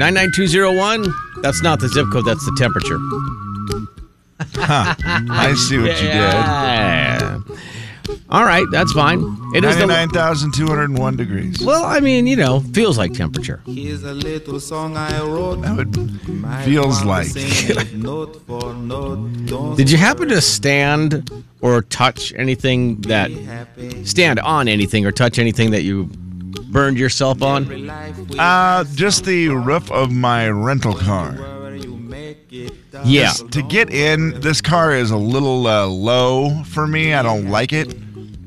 99201, that's not the zip code, that's the temperature. I see what Yeah. All right, that's fine. It you is did. the 99,201 degrees. Well, I mean, you know, feels like temperature. Here's a little song I wrote. That would, feels like. note for note. Don't Did you happen to stand or touch anything that stand on anything or touch anything that you burned yourself on? Ah. Uh, just the roof of my rental car. Yeah. To get in, this car is a little uh, low for me. I don't like it.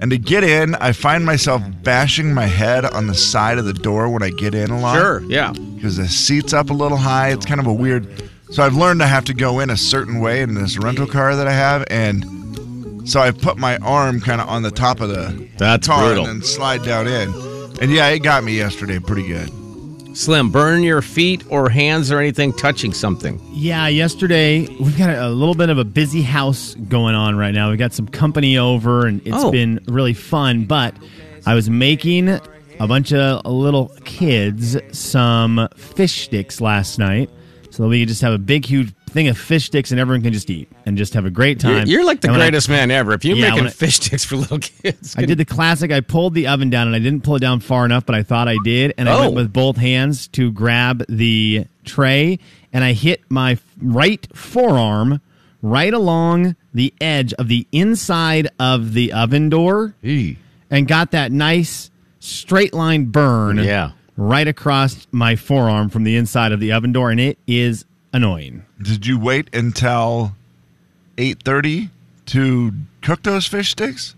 And to get in, I find myself bashing my head on the side of the door when I get in a lot. Sure. Yeah. because the seat's up a little high. It's kind of a weird. So I've learned I have to go in a certain way in this rental car that I have, and so I put my arm kind of on the top of the That's car brutal. and then slide down in. And yeah, it got me yesterday pretty good. Slim, burn your feet or hands or anything touching something. Yeah, yesterday we've got a little bit of a busy house going on right now. We've got some company over, and it's Oh. been really fun. But I was making a bunch of little kids some fish sticks last night, so that we could just have a big, huge thing of fish sticks, and everyone can just eat and just have a great time. You're, you're like the And when I- greatest man ever. If you're Yeah, making when I- fish sticks for little kids, I did the classic. I pulled the oven down and I didn't pull it down far enough, but I thought I did. And I Oh. went with both hands to grab the tray and I hit my f- right forearm right along the edge of the inside of the oven door and got that nice straight line burn Yeah. right across my forearm from the inside of the oven door. And it is annoying. Did you wait until eight thirty to cook those fish sticks?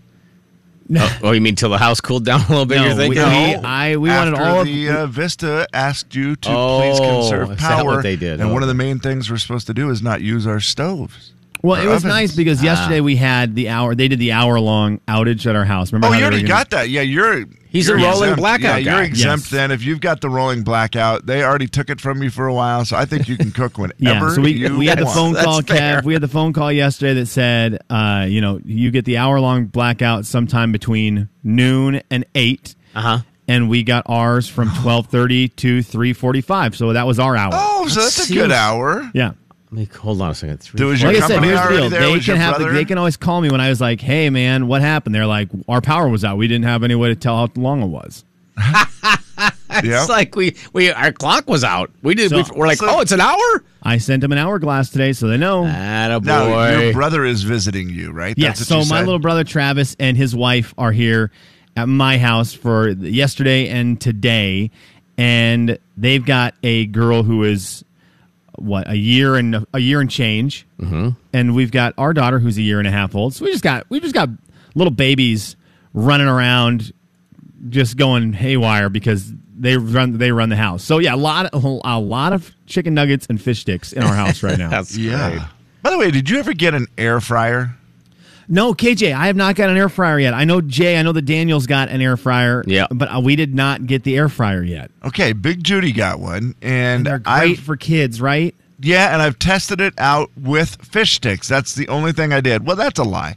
Oh, oh, you mean till the house cooled down a little bit? you're No, thinking? we- No. I- we wanted Oh, After all- the uh, Vista asked you to Oh, please is conserve that power. what they did? And Oh. one of the main things we're supposed to do is not use our stoves. Well, or it was ovens. nice because yesterday Ah. we had the hour, they did the hour long outage at our house. Remember Oh, how you they were already gonna- got that. Yeah, you're. He's you're a rolling exempt. blackout Yeah, guy. you're exempt. Yes. Then if you've got the rolling blackout, they already took it from you for a while, so I think you can cook whenever Yeah, so we, you we had the want. phone That's call, fair. Kev. We had the phone call yesterday that said, uh, you know, you get the hour long blackout sometime between noon and eight, Uh huh. and we got ours from twelve thirty to three forty five. So that was our hour. Oh, so That that's a seems- good hour. Yeah. Let me hold on a second. Three, There was four- your Like I said, company here's the already deal. there? They Was your can have the, brother? they can always call me when I was like, "Hey man, what happened?" They're like, "Our power was out. We didn't have any way to tell how long it was." Yeah. It's like we we our clock was out. We did. So- we, we're like, so- oh, it's an hour. I sent them an hourglass today, so they know. Attaboy. now your brother is visiting you, right? Yeah, That's what so you Oh, my said? little brother Travis and his wife are here at my house for th- yesterday and today, and they've got a girl who is what a year and a year and change, mm-hmm. and we've got our daughter who's a year and a half old. So we just got we just got little babies running around, just going haywire because they run they run the house. So yeah, a lot of, a lot of chicken nuggets and fish sticks in our house right now. That's Yeah. great. By the way, did you ever get an air fryer? No, KJ, I have not got an air fryer yet. I know Jay, I know that Daniel's got an air fryer. Yeah. But uh, we did not get the air fryer yet. Okay, Big Judy got one, and, They're great I've for kids, right? Yeah, and I've tested it out with fish sticks. That's the only thing I did. Well, that's a lie.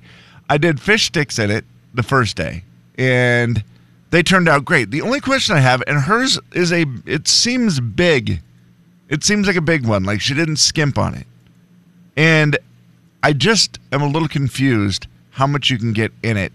I did fish sticks in it the first day, and they turned out great. The only question I have, and hers is a, it seems big. It seems like a big one. Like she didn't skimp on it. And I just am a little confused how much you can get in it.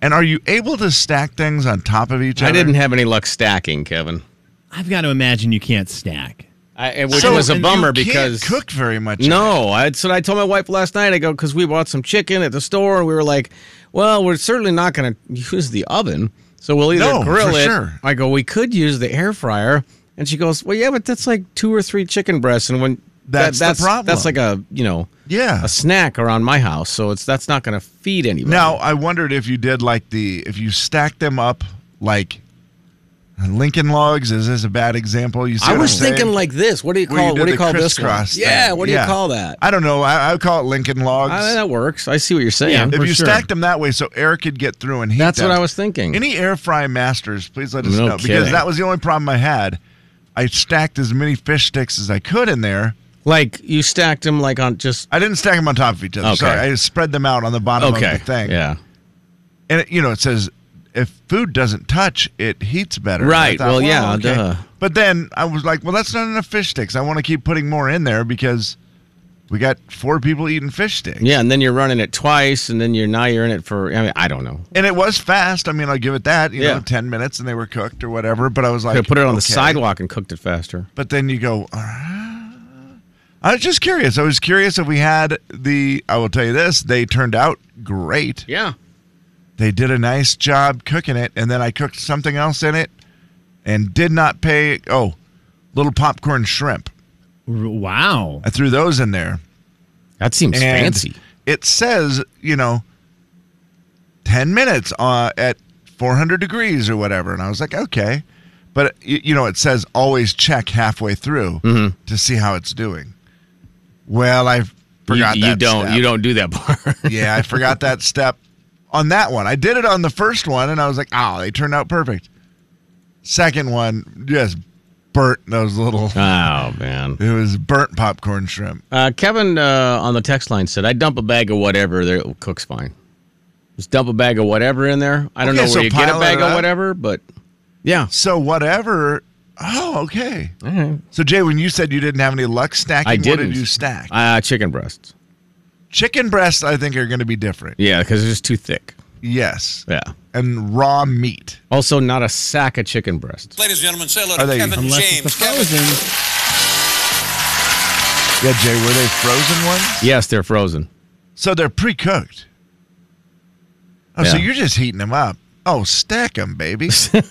And are you able to stack things on top of each I other? didn't have any luck stacking, Kevin. I've got to imagine you can't stack. I, and which So- was a and bummer you can't because cook very much. No, I, so I told my wife last night. I go because we bought some chicken at the store, and we were like, "Well, we're certainly not going to use the oven, so we'll either No, grill for it." sure. I go, "We could use the air fryer," and she goes, "Well, yeah, but that's like two or three chicken breasts, and when That's the that's problem. that's like a you know Yeah. a snack around my house, so it's that's not going to feed anybody." Now I wondered if you did like the if you stacked them up like Lincoln logs. Is this a bad example? You see I what was I'm saying? thinking like this. What do you Where call did what do you the call this one? crisscross Yeah, thing. what do Yeah. you call that? I don't know. I, I would call it Lincoln logs. Ah, that works. I see what you're saying. Yeah. if for you sure. stacked them that way, so air could get through and heat. That's what them. I was thinking. Any air fry masters, please let us No know because kidding. that was the only problem I had. I stacked as many fish sticks as I could in there. like you stacked them like on just I didn't stack them on top of each other. Okay. Sorry, I just spread them out on the bottom okay of the thing. Yeah. and it, you know it says if food doesn't touch, it heats better. And I Right. Well, yeah, duh. But then I was like, well, that's not enough fish sticks. I want to keep putting more in there because we got four people eating fish sticks. Yeah, and then you're running it twice, and then you're now you're in it for. I mean, I don't know. And it was fast. I mean, I'll give it that. You Yeah. know, ten minutes, and they were cooked or whatever. But I was like, Could have put it on the okay. sidewalk and cooked it faster. But then you go. "Ah." I was just curious. I was curious if we had the. I will tell you this: they turned out great. Yeah. they did a nice job cooking it and then i cooked something else in it and did not pay oh little popcorn shrimp R- Wow. i threw those in there That seems and fancy. it says you know 10 minutes uh, at 400 degrees or whatever and i was like okay but y- you know it says always check halfway through to see how it's doing well i Mm-hmm. forgot you, that you don't. step. You don't do that part. yeah, I forgot that step on that one. I did it on the first one, and I was like, oh, they turned out perfect. Second one, just burnt those little. oh man. It was burnt popcorn shrimp. Uh, Kevin uh, on the text line said, "I dump a bag of whatever. There, it cooks fine. Just dump a bag of whatever in there. I don't Okay, know where so you get a pile bag it up. of whatever, but yeah. So whatever. Oh, okay. All right. So Jay, when you said you didn't have any luck stacking, I what didn't. did you stack? Uh, chicken breasts. Chicken breasts, I think, are going to be different. Yeah, because it's just too thick. Yes, Yeah. and raw meat. Also, not a sack of chicken breasts. Ladies and gentlemen, say hello Oh, Are to they- Kevin Unless James. it's the Kevin, frozen. Yeah, Jay, were they frozen ones? Yes, they're frozen. So they're pre-cooked. Oh, so Yeah. you're just heating them up. Oh, stack them, baby. Yeah,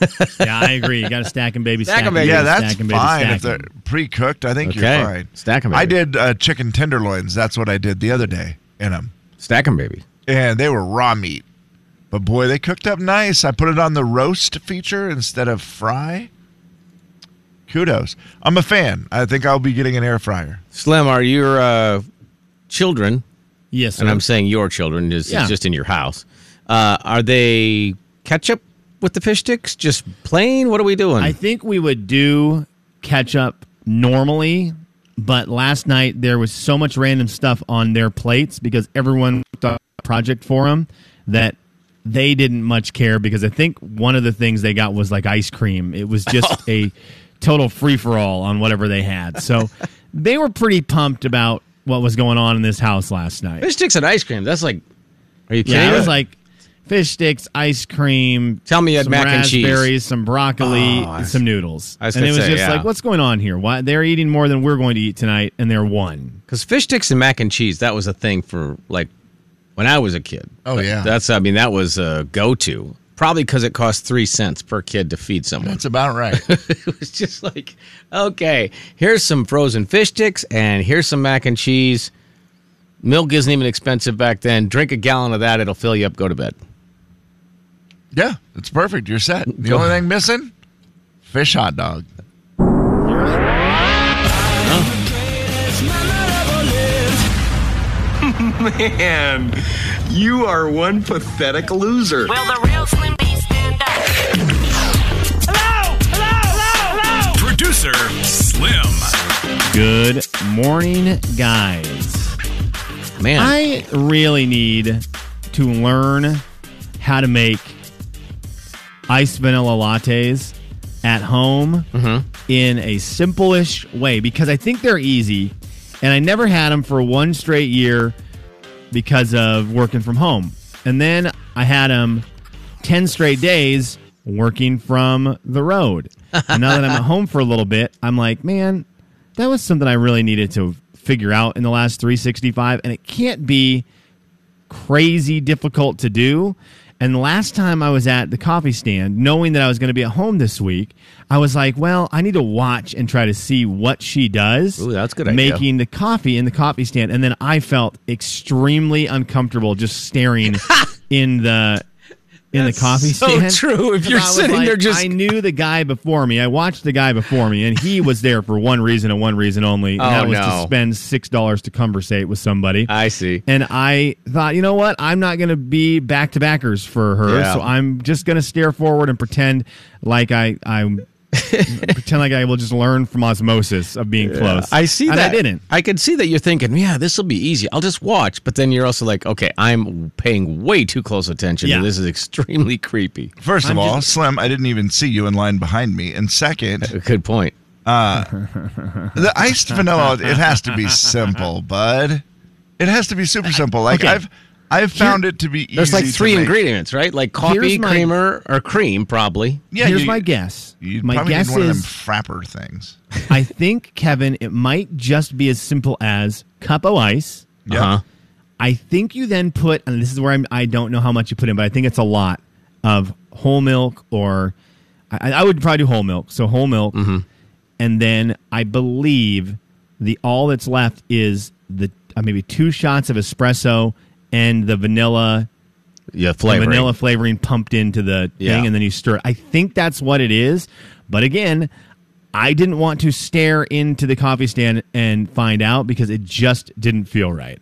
I agree. You got to stack 'em, baby. Stack 'em, baby. Yeah, baby, that's stack 'em, baby, fine. stack If they're 'em. pre-cooked, I think Okay. you're fine. Stack 'em, I baby. did uh, chicken tenderloins. That's what I did the other day in them, Stack them, baby. and they were raw meat. But boy, they cooked up nice. I put it on the roast feature instead of fry. Kudos. I'm a fan. I think I'll be getting an air fryer. Slim, are your uh, children, Yes, sir. and I'm saying your children, is Yeah. just in your house, uh, are they ketchup with the fish sticks? Just plain? What are we doing? I think we would do ketchup normally, but last night there was so much random stuff on their plates because everyone worked on a project for them that they didn't much care because I think one of the things they got was like ice cream. It was Oh. just a total free for all on whatever they had. So they were pretty pumped about what was going on in this house last night. fish sticks and ice cream. That's like, are you kidding Yeah, I me? was like fish sticks, ice cream. Tell me you had some mac and cheese. raspberries, some broccoli, Oh, I and was- some noodles. I was and it gonna was say, just yeah. like, what's going on here? Why they're eating more than we're going to eat tonight, and they're one. Because fish sticks and mac and cheese, that was a thing for like when I was a kid. Oh, But yeah. That's, I mean, that was a go to. Probably because it cost three cents per kid to feed someone. That's about right. it was just like, okay, here's some frozen fish sticks and here's some mac and cheese. Milk isn't even expensive back then. Drink a gallon of that, it'll fill you up. Go to bed. yeah, it's perfect. You're set. The only thing missing, fish hot dog. Man, you are one pathetic loser. Will the real Slim B stand up? Hello! Hello! Hello! Hello! Producer Slim. Good morning, guys. Man, I really need to learn how to make iced vanilla lattes at home in a simple-ish way because I think they're easy, and I never had them for one straight year because of working from home, and then I had them ten straight days working from the road. and now that I'm at home for a little bit, I'm like, man, that was something I really needed to figure out in the last 365, and it can't be crazy difficult to do. And the last time I was at the coffee stand, knowing that I was going to be at home this week, I was like, well, I need to watch and try to see what she does. Ooh, that's a good idea. Making the coffee in the coffee stand. And then I felt extremely uncomfortable just staring in the in That's the coffee so stand. true. If you're I was sitting like, there just- I knew the guy before me. I watched the guy before me, and he was there for one reason and one reason only. And Oh, that was to no. spend six dollars to conversate with somebody. I see. And I thought, you know what? I'm not going to be back to backers for her, Yeah. so I'm just going to stare forward and pretend like I I'm. pretend like I will just learn from osmosis of being close. I see And that. I didn't. I can see that you're thinking, yeah, this will be easy. I'll just watch. But then you're also like, okay, I'm paying way too close attention. Yeah. to This is extremely creepy. 1st I'm of all, just- Slim, I didn't even see you in line behind me. And second, Good point. the iced vanilla, it has to be simple, bud. It has to be super simple. Like Okay. I've I've found it to be easy. There's like to three make. ingredients, right? Like coffee, Here's my- creamer, or cream, probably. Yeah, Here's you- my guess. You my probably guess need one is of them frapper things. I think, Kevin, it might just be as simple as cup of ice. Yeah. Uh-huh. I think you then put, and this is where I'm, I don't know how much you put in, but I think it's a lot of whole milk or I, I would probably do whole milk. So whole milk. And then I believe the all that's left is the uh, maybe two shots of espresso and the vanilla Yeah, the flavor. vanilla flavoring pumped into the Yeah. thing, and then you stir. it. I think that's what it is. But again, I didn't want to stare into the coffee stand and find out because it just didn't feel right.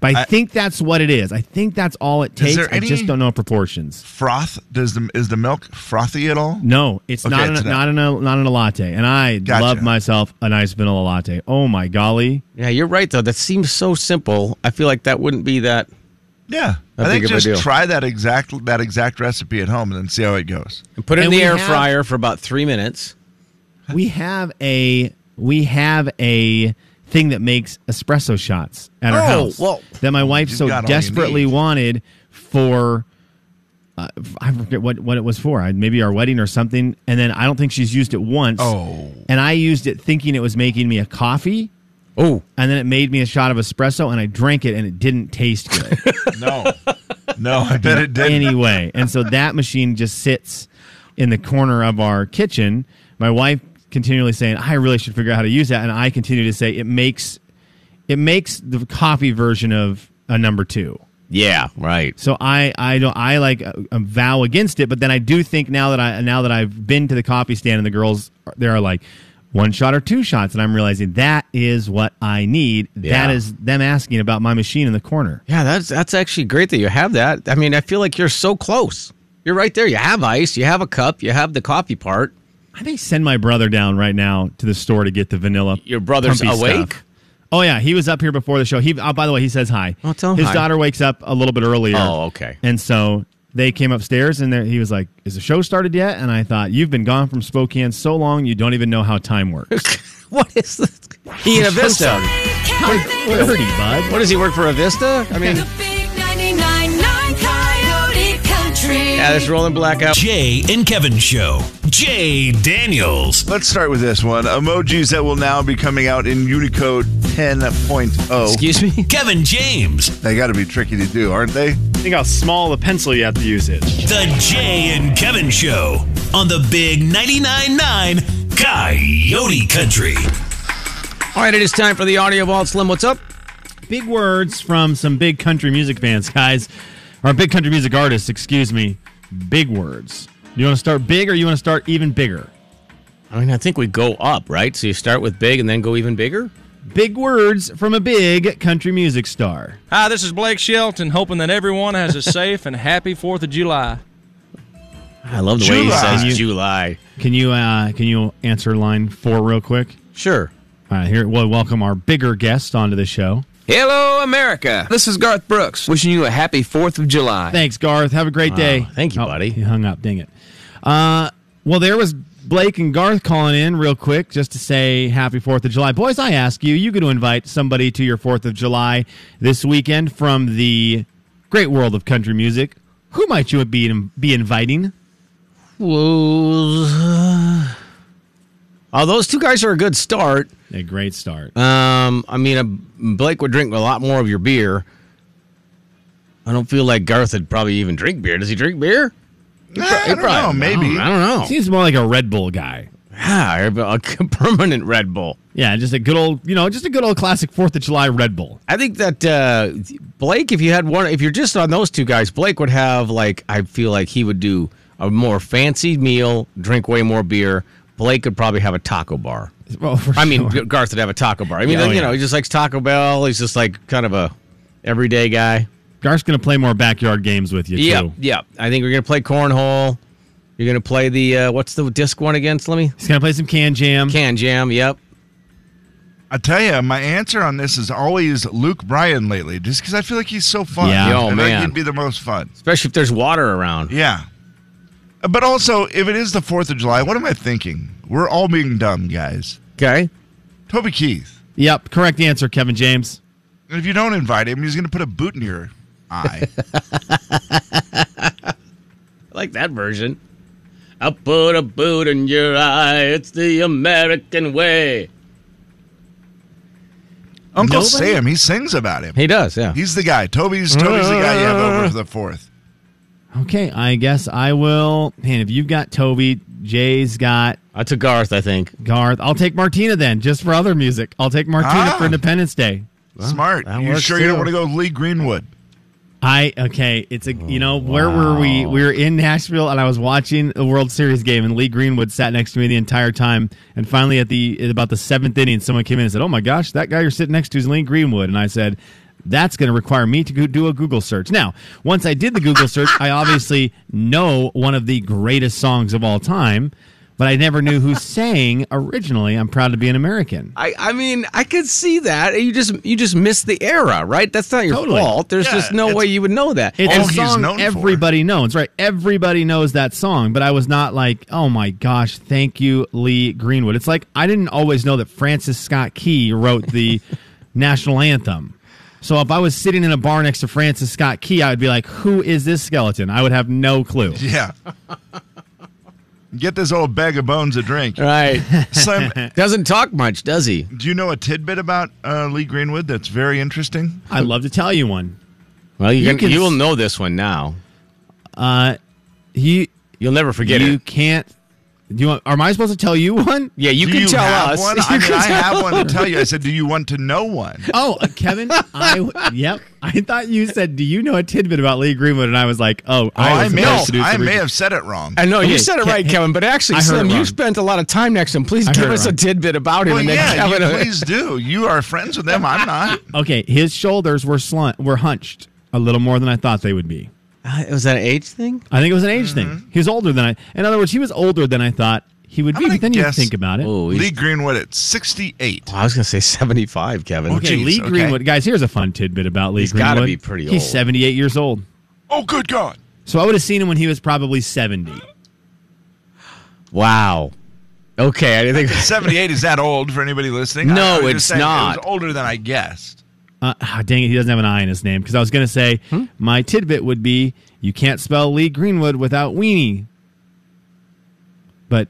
But I, I- think that's what it is. I think that's all it takes. there I just any- don't know proportions. Froth does the is the milk frothy at all? No, it's Okay, not in it's a, not in a not in a latte, and I Gotcha. love myself a nice vanilla latte. Oh my golly! Yeah, you're right though. That seems so simple. I feel like that wouldn't be that. Yeah. Not big I think of a just deal. try that exact that exact recipe at home and then see how it goes. Put it And in the we air have- fryer for about three minutes. We have a we have a thing that makes espresso shots at our Oh, house well, that my wife you've so got all you desperately need. wanted for uh, I forget what what it was for. I, maybe our wedding or something. And then I don't think she's used it once. Oh. and I used it thinking it was making me a coffee. Oh, And then it made me a shot of espresso, and I drank it, and it didn't taste good No. no, I bet it didn't. anyway. And so that machine just sits in the corner of our kitchen. My wife continually saying, "I really should figure out how to use that," and I continue to say, "It makes it makes the coffee version of a number two. yeah, right. So I I don't I like uh, uh, vow against it, but then I do think now that I now that I've been to the coffee stand and the girls are- they are like one shot or two shots, and I'm realizing that is what I need. Yeah. That is them asking about my machine in the corner. Yeah, that's that's actually great that you have that. I mean, I feel like you're so close. You're right there. You have ice. You have a cup. You have the coffee part. I may send my brother down right now to the store to get the vanilla. Your brother's pumpy awake? stuff. Oh yeah, he was up here before the show. He, oh, by the way, he says hi. Oh, tell him his hi. daughter wakes up a little bit earlier. Oh, okay. And so they came upstairs, and there, he was like, "Is the show started yet?" And I thought, "You've been gone from Spokane so long, you don't even know how time works." What is this? He in a Vista. Thirty, bud. What does he work for? A Vista? I mean, yeah, this rolling blackout. Jay and Kevin Show. Jay Daniels. Let's start with this one. Emojis that will now be coming out in Unicode 10.0. Excuse me. Kevin James. They got to be tricky to do, aren't they? Think how small the pencil you have to use is. The Jay and Kevin Show on the Big 99.9 Coyote Country. All right, it is time for the audio vault. Slim, what's up? Big words from some big country music fans, guys, or big country music artists. Excuse me. Big words. You want to start big, or you want to start even bigger? I mean, I think we go up, right? So you start with big and then go even bigger. Big words from a big country music star. Hi, this is Blake Shelton, hoping that everyone has a safe and happy 4th of July. I love the way he July. says July. Can you uh, can you answer line four real quick? Sure. All right, here we'll welcome our bigger guest onto the show. Hello, America. This is Garth Brooks wishing you a happy 4th of July. Thanks, Garth. Have a great day. thank you, Oh, buddy. He hung up. Dang it. Uh, well, there was Blake and Garth calling in real quick just to say happy Fourth of July, boys. I ask you, you going to invite somebody to your Fourth of July this weekend from the great world of country music? Who might you be be inviting? Whoa. Oh, those two guys are a good start. A great start. Um, I mean, uh, Blake would drink a lot more of your beer. I don't feel like Garth would probably even drink beer. Does he drink beer? Nah, I don't know. Maybe. I don't know. Seems more like a Red Bull guy. Yeah, a permanent Red Bull. Yeah, just a good old, you know, just a good old classic Fourth of July Red Bull. I think that uh, Blake, if you had one, if you're just on those two guys, Blake would have like I feel like he would do a more fancy meal, drink way more beer. Blake could probably have a taco bar. Well, for I mean, sure. Garth would have a taco bar. I mean, Yeah, oh, you yeah. know, he just likes Taco Bell. He's just like kind of a everyday guy. Garth's gonna play more backyard games with you Yeah, too. yeah. I think we're gonna play cornhole. You're gonna play the uh, what's the disc one against? Let me He's gonna play some can jam. can jam. Yep. I tell you, my answer on this is always Luke Bryan lately, just because I feel like he's so fun. Yeah. Oh, I think man. he'd be the most fun. Especially if there's water around. Yeah. But also, if it is the 4th of July, what am I thinking? We're all being dumb, guys. Okay. Toby Keith. Yep, correct answer, Kevin James. And if you don't invite him, he's going to put a boot in your eye. I like that version. I'll put a boot in your eye. It's the American way. Uncle Nobody- Sam, he sings about him. He does, yeah. He's the guy. Toby's Toby's the guy you have over for the 4th. Okay, I guess I will. Man, if you've got Toby, Jay's got I took Garth, I think. Garth. I'll take Martina then, just for other music. I'll take Martina Ah. for Independence Day. Smart. that You works sure you too. don't want to go Lee Greenwood? I okay. It's a you know where were we? We were in Nashville, and I was watching a World Series game, and Lee Greenwood sat next to me the entire time. And finally, at the at about the seventh inning, someone came in and said, "Oh my gosh, that guy you're sitting next to is Lee Greenwood." And I said, "That's going to require me to go do a Google search." Now, once I did the Google search, I obviously know one of the greatest songs of all time, but I never knew who sang originally. I'm proud to be an American. I, I mean, I could see that. You just you just missed the era, right? That's not your Totally. fault. There's Yeah, just no it's- way you would know that. It's all a he's song known for. everybody knows, right? Everybody knows that song, but I was not like, oh my gosh, thank you, Lee Greenwood. It's like I didn't always know that Francis Scott Key wrote the national anthem. So if I was sitting in a bar next to Francis Scott Key, I would be like, who is this skeleton? I would have no clue. Yeah. Get this old bag of bones a drink. right. Slim, Doesn't talk much, does he? do you know a tidbit about uh, Lee Greenwood that's very interesting? I'd love to tell you one. Well, you, You can, can you will s- know this one now. Uh, he, You'll never forget you it. can't. Do you want, am I supposed to tell you one? Yeah, you do can you tell have us. One? You I, mean, can I tell- have one to tell you. I said, do you want to know one? Oh, uh, Kevin, I yep. I thought you said, "Do you know a tidbit about Lee Greenwood?" And I was like, "Oh, Oh, I, I was may, supposed to do I some may research. have said it wrong. I know you Okay, said it Ke- right, Kevin, but actually, I heard Slim, it you wrong. spent a lot of time next to him. Please I give heard it us a wrong. tidbit about him, Well, and then yeah, you Kevin. please do. You are friends with them. I'm not. Okay, his shoulders were slunt, were hunched a little more than I thought they would be. Uh, was that an age thing? I think it was an age thing. He was older than I. In other words, he was older than I thought he would Mm-hmm. I'm gonna be. But then you guess- think about it. Oh, he's- Lee Greenwood at 68. I was gonna say seventy-five, Kevin. okay, oh, geez, Lee okay. Greenwood, guys. Here's a fun tidbit about Lee He's Greenwood. gotta be pretty He's old. 78 years old. Oh, good God. So I would have seen him when he was probably 70. Wow. Okay, I didn't think. 78 is that old for anybody listening? I- No, I it's was just saying not. It was older than I guessed. Uh, ah, dang it, he doesn't have an I in his name because I was going to say my tidbit would be you can't spell Lee Greenwood without weenie, but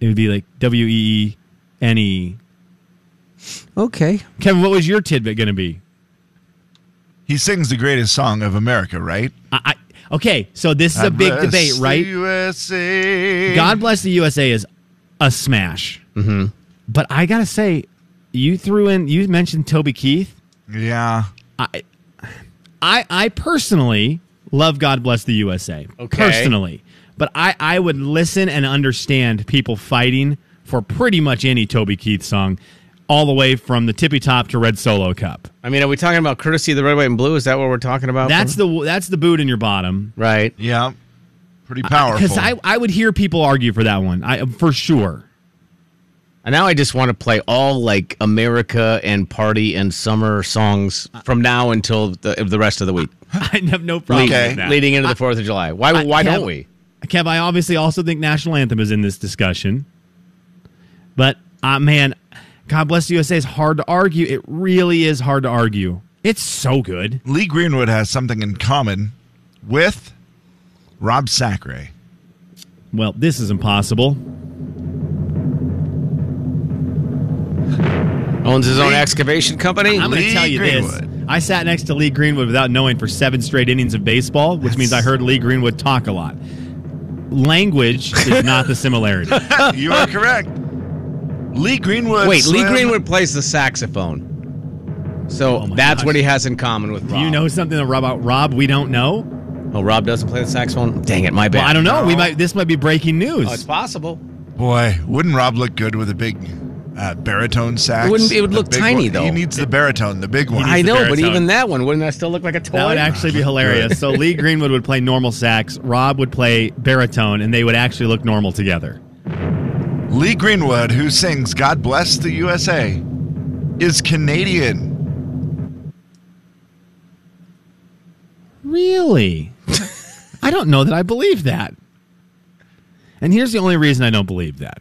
it would be like W E E N E. Okay. Kevin, what was your tidbit going to be? He sings the greatest song of America, right? I, I, okay, so this is a God big bless debate, the right? USA. God bless the USA is a smash, mm-hmm. but I gotta say, you threw in you mentioned Toby Keith. Yeah. I, I, I personally love God Bless the USA. Okay. Personally, but I, I would listen and understand people fighting for pretty much any Toby Keith song, all the way from the tippy top to Red Solo Cup. I mean, are we talking about courtesy of the red, white, and blue? Is that what we're talking about? That's the that's the boot in your bottom. right. Yeah. Pretty powerful. Because I, I would hear people argue for that one, I for sure. And now I just want to play all like America and party and summer songs from now until the, the rest of the week, I have no problem. Okay. with that. leading into the Fourth of July. Why? I- why Kev- don't we? Kev, I obviously also think national anthem is in this discussion, but uh, man, God bless the USA is hard to argue. It really is hard to argue. It's so good. Lee Greenwood has something in common with Rob Sacre. Well, this is impossible. Owns his own excavation company. I'm going to tell you this. I sat next to Lee Greenwood without knowing for seven straight innings of baseball, which means I heard Lee Greenwood talk a lot. Language is not the similarity. you are correct. Lee Greenwood. Wait, Lee Slim- Greenwood plays the saxophone. So that's what he has in common with Oh Do Rob. you know something about Rob we don't know? Oh, Rob doesn't play the saxophone. Dang it, my bad. Well, I don't know. We might. This might be breaking news. Oh, it's possible. Boy, wouldn't Rob look good with a big uh, baritone sax? Wouldn't- it would The look big tiny, one. He though. needs the baritone, the big one. I know, but even that one wouldn't that still look like a toy? That would actually be hilarious. So Lee Greenwood would play normal sax, Rob would play baritone, and they would actually look normal together. Lee Greenwood, who sings "God Bless the USA," is Canadian. Really? I don't know that I believe that. And here's the only reason I don't believe that.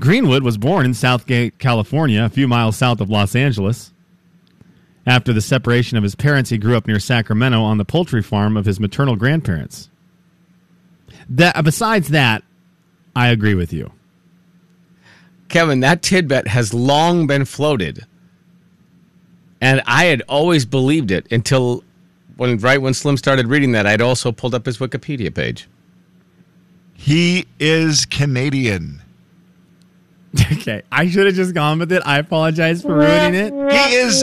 Greenwood was born in Southgate, California, a few miles south of Los Angeles. After the separation of his parents, he grew up near Sacramento on the poultry farm of his maternal grandparents. That besides that, I agree with you. Kevin, that tidbit has long been floated. And I had always believed it until when right when Slim started reading that, I'd also pulled up his Wikipedia page. He is Canadian. Okay, I should have just gone with it. I apologize for ruining it. He is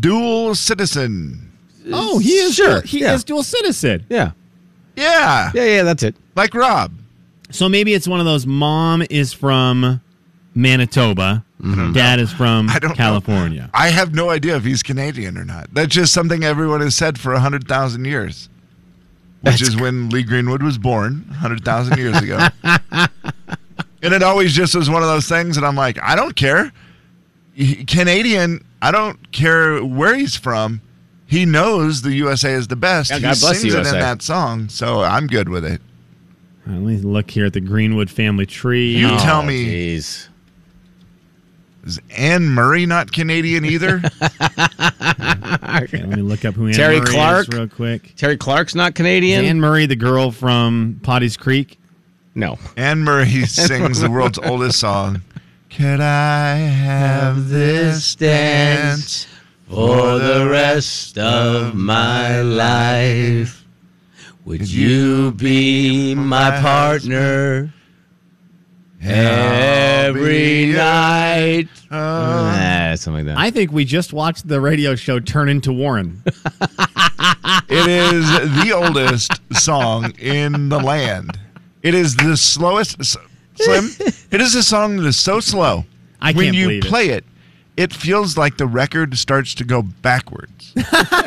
dual citizen. Oh, he is Sure, dual- he yeah. is dual citizen. Yeah. Yeah, Yeah, yeah, that's it. like Rob. So maybe it's one of those. Mom is from Manitoba. Dad is from Mm-hmm. I don't know. California. I have no idea if he's Canadian or not. That's just something everyone has said for 100,000 years, which That's is when Lee Greenwood was born 100,000 years ago. and it always just was one of those things that I'm like, I don't care. He- Canadian, I don't care where he's from. He knows the USA is the best. Yeah, he God bless the sings it USA. in that song, so I'm good with it. All right, let me look here at the Greenwood family tree. You Oh. tell me, Jeez. is Anne Murray not Canadian either? Okay, let me look up who Anne Terry Murray Clark? is real quick. Terry Clark's not Canadian? Anne Murray, the girl from Potty's Creek. no. Anne Murray sings the world's oldest song. Could I have this dance? For the rest of my life, would you be my partner every night? Uh, Ah, something like that. I think we just watched the radio show turn into Warren. it is the oldest song in the land. It is the slowest. s- Slim, it is a song that is so slow. I when can't you believe it. play it. it, feels like the record starts to go backwards. I,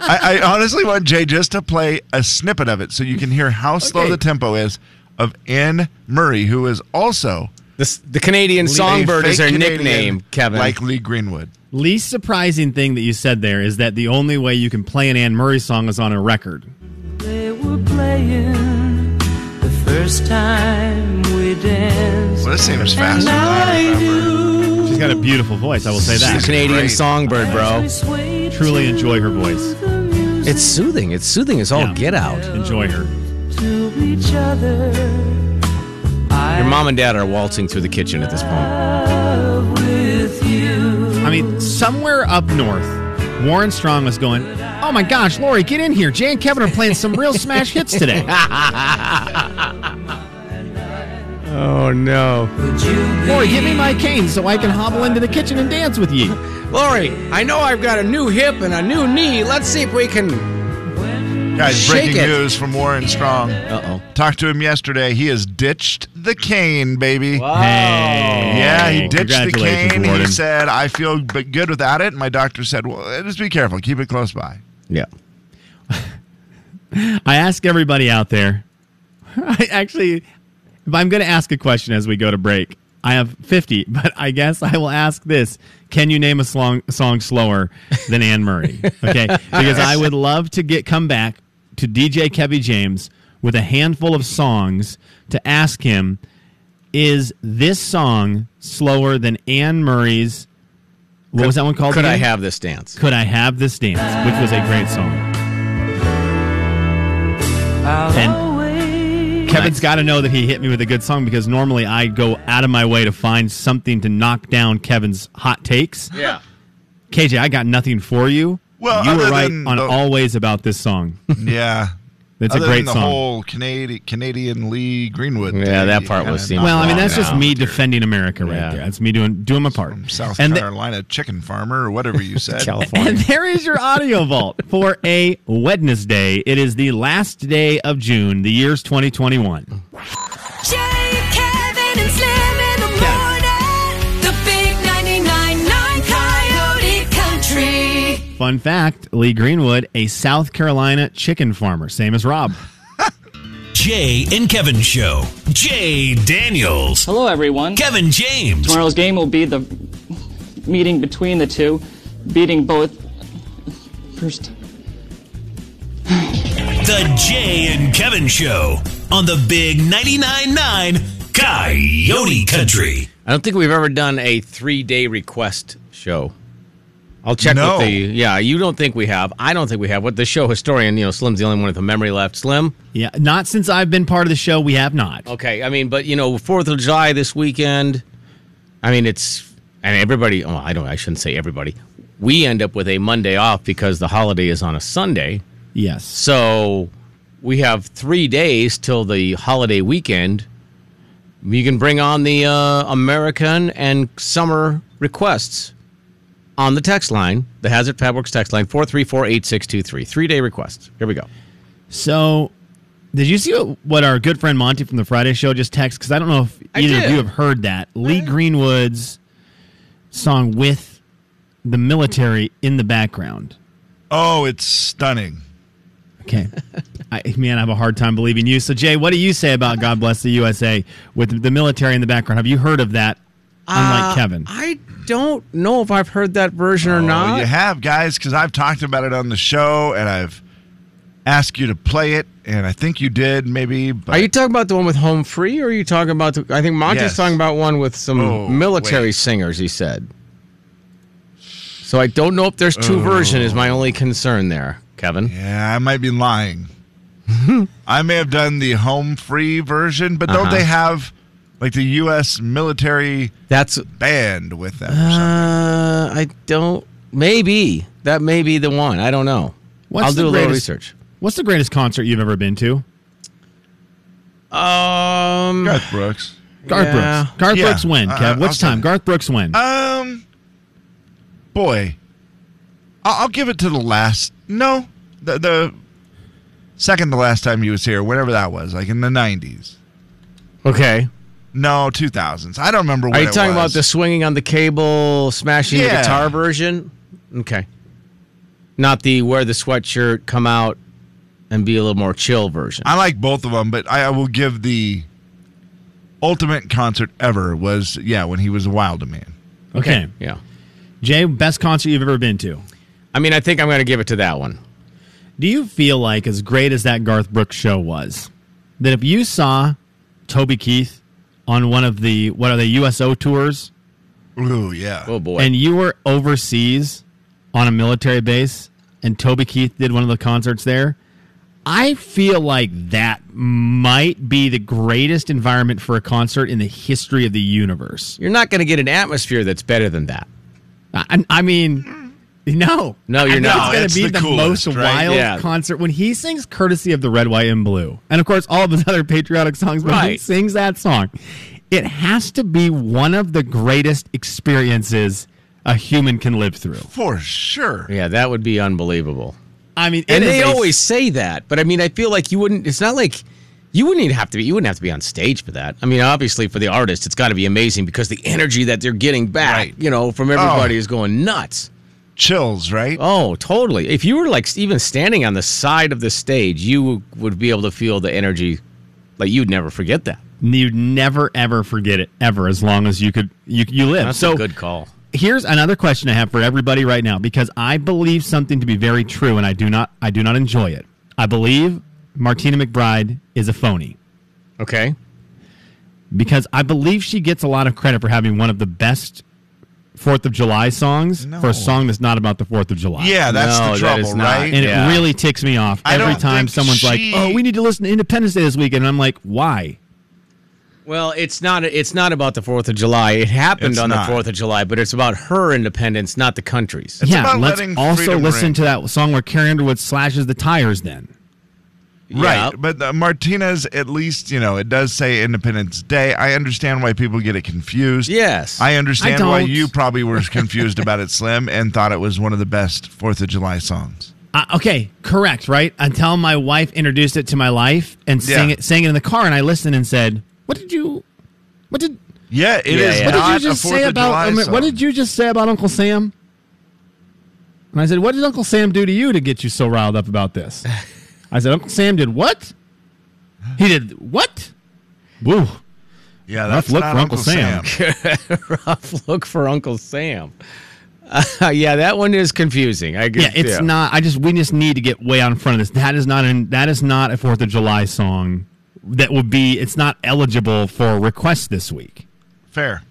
I honestly want Jay just to play a snippet of it so you can hear how slow Okay. the tempo is of Anne Murray, who is also The, the Canadian a songbird is their fake Canadian nickname, Kevin. like Lee Greenwood. Least surprising thing that you said there is that the only way you can play an Anne Murray song is on a record. They were playing the first time we danced. Well, this seems fast. She's got a beautiful voice, I will say the that. Canadian great. songbird, bro. Truly enjoy her voice. It's soothing. It's soothing as all Yeah. get out. Enjoy her. To each other, Your mom and dad are waltzing through the kitchen at this point. love with you. I mean, somewhere up north, Warren Strong was going, Oh my gosh, Lori, get in here. Jay and Kevin are playing some real smash hits today. Oh no, Lori, give me my cane so I can hobble into the kitchen and dance with ye. Lori! I know I've got a new hip and a new knee. Let's see if we can. Guys, Shake breaking it. news from Warren Strong. Uh oh. Talked to him yesterday. He has ditched the cane, baby. Hey. Yeah, he ditched the Congratulations, cane. Warden. He said, "I feel b- good without it." And my doctor said, "Well, uh, just be careful. Keep it close by." Yeah. I ask everybody out there. I actually, if I'm going to ask a question as we go to break, I have 50, but I guess I will ask this: Can you name a song, song slower than Anne Murray? Okay, because I would love to get come back to DJ Kevy James with a handful of songs to ask him: Is this song slower than Anne Murray's? What was that one called? Could I again? have this dance? Could I Have This Dance, which was a great song. And Kevin's got to know that he hit me with a good song because normally I go out of my way to find something to knock down Kevin's hot takes. Yeah. KJ, I got nothing for you. Well, you other were right than on the- always about this song. Yeah. That's a Other great than the song. whole Canadian Canadian Lee Greenwood. Yeah, thing, that you part kinda was seamless. well, I mean, Not that's just now. me defending America right Yeah. there. That's me doing doing my part. South And the- Carolina chicken farmer or whatever you said. And there is your audio vault for a Wednesday. It is the last day of June. The year's 2021. Jay, Kevin, and Slim in the morning. The big 99.9 Coyote Country. Fun fact Lee Greenwood, a South Carolina chicken farmer, same as Rob. Jay and Kevin Show. Jay Daniels. Hello, everyone. Kevin James. Tomorrow's game will be the meeting between the two, beating both. First. The Jay and Kevin Show on the Big 99.9 Coyote Country. I don't think we've ever done a three day request show. I'll check No. with the yeah. You don't think we have? I don't think we have. What the show historian? You know, Slim's the only one with a memory left. Slim. Yeah, not since I've been part of the show. We have not. Okay, I mean, but you know, Fourth of July this weekend. I mean, it's and everybody. Oh, I don't. I shouldn't say everybody. We end up with a Monday off because the holiday is on a Sunday. Yes. So we have three days till the holiday weekend. You can bring on the uh, American and summer requests on the text line, the Hazard Fabrics text line, 434 8623. Three day requests. Here we go. So, did you see what, what our good friend Monty from the Friday Show just texted? Because I don't know if I either of did. you have heard that Lee Greenwood's song with the military in the background. Oh, it's stunning. Okay, I, man, I have a hard time believing you. So, Jay, what do you say about "God Bless the USA" with the military in the background? Have you heard of that? Unlike Uh, Kevin, I don't know if I've heard that version or Oh, not. you have, guys, because I've talked about it on the show and I've asked you to play it, and I think you did, maybe. But Are you talking about the one with Home Free, or are you talking about? The, I think Monty's Yes. talking about one with some Oh, military singers. He said. So I don't know if there's two Oh. version. Is my only concern there, Kevin? Yeah, I might be lying. I may have done the home free version, but don't Uh-huh. they have like the U.S. military that's band with them? Uh, I don't. Maybe that may be the one. I don't know. What's I'll the do a little greatest- research. what's the greatest concert you've ever been to? Um, Garth Brooks. Garth Yeah. Brooks. Garth Yeah. Brooks when? Uh, Kev, I'll which say time? Garth Brooks when? Um, boy, I- I'll give it to the last. No, the the second to last time he was here, whenever that was, like in the nineties. Okay. No, two thousands. I don't remember. What Are you it talking about was. the swinging on the cable, smashing the Yeah. guitar version? Okay. Not the wear the sweatshirt, come out, and be a little more chill version. I like both of them, but I, I will give the ultimate concert ever was yeah when he was a wild man. Okay. Yeah. Jay, best concert you've ever been to? I mean, I think I'm going to give it to that one. Do you feel like, as great as that Garth Brooks show was, that if you saw Toby Keith on one of the, what are they, USO tours, Ooh yeah. Oh boy. and you were overseas on a military base, and Toby Keith did one of the concerts there? I feel like that might be the greatest environment for a concert in the history of the universe. You're not going to get an atmosphere that's better than that. I, I mean, no, No, you're I think not. No, It's it's going to be the the, coolest, most right? wild Yeah. concert when he sings "Courtesy of the Red, White, and Blue," and of course all of his other patriotic songs. When he Right. sings that song, it has to be one of the greatest experiences a human can live through. For sure. Yeah, that would be unbelievable. I mean, it and is they a- always say that, but I mean, I feel like you wouldn't. It's not like you wouldn't even have to be. You wouldn't have to be on stage for that. I mean, obviously for the artist, it's got to be amazing because the energy that they're getting back, you know, from everybody Oh. is going nuts. Chills, right? Oh, totally. If you were like even standing on the side of the stage, you would be able to feel the energy. Like you'd never forget that. you'd never ever forget it ever as long as you could you you live. That's so a good call. here's another question I have for everybody right now because I believe something to be very true and I do not I do not enjoy it. I believe Martina McBride is a phony Okay. because I believe she gets a lot of credit for having one of the best Fourth of July songs for a song that's not about the Fourth of July. Yeah, that's the No, that trouble, is not. right? And Yeah. it really ticks me off I every don't time think someone's like, she- "Oh, we need to listen to Independence Day this weekend," and I'm like, "Why?" Well, it's not it's not about the Fourth of July. It happened It's on not. the Fourth of July, but it's about her independence, not the country's. yeah, let's also listen to that song where Carrie Underwood slashes the tires. Then Right, but uh, Martinez, at least you know, it does say Independence Day. I understand why people get it confused. Yes, I understand I why don't. you probably were confused about it, Slim, and thought it was one of the best Fourth of July songs. Uh, okay, correct, right? Until my wife introduced it to my life and sang Yeah. it, sang it in the car, and I listened and said, "What did you? What did? Yeah, it is. What did you not just a Fourth say of about? July Amer- song. what did you just say about Uncle Sam?" And I said, "What did Uncle Sam do to you to get you so riled up about this?" I said, "Uncle Sam did what? He did what? Woo! Yeah, Rough look for Uncle Sam. Rough look for Uncle Sam. Uh, yeah, that one is confusing. I Yeah, guess, it's not. I just we just need to get way out in front of this. That is not an that is not a Fourth of July song. That would be. It's not eligible for request this week. Fair.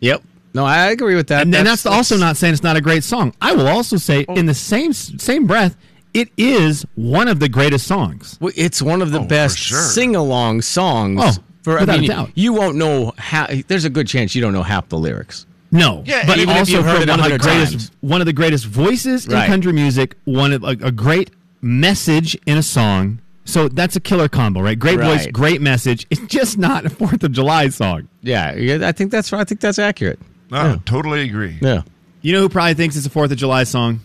Yep. No, I agree with that. Oh. And, and that's, also not saying it's not a great song. I will also say in the same same breath, it is one of the greatest songs. Well, it's one of the best sing-along songs. Oh, for I without mean, a doubt. you won't know how. There's a good chance you don't know half the lyrics. No, Yeah, but even if also you've heard for it one of the 100 greatest times. one of the greatest voices in Right. country music. One of a, a great message in a song. So that's a killer combo, right? Great voice, Right. great message. It's just not a Fourth of July song. Yeah, yeah, I think that's I think that's accurate. No, totally agree. Yeah. You know who probably thinks it's a Fourth of July song?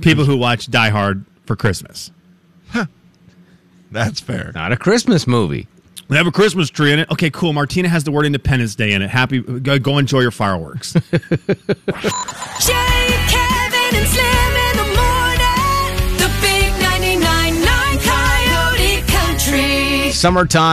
People who watch Die Hard for Christmas. That's fair. Not a Christmas movie. They have a Christmas tree in it. Okay, cool. Martina has the word Independence Day in it. Happy, go, go enjoy your fireworks. Jay, Kevin, and Slim in the morning. The big 99.9 Coyote Country. Summertime.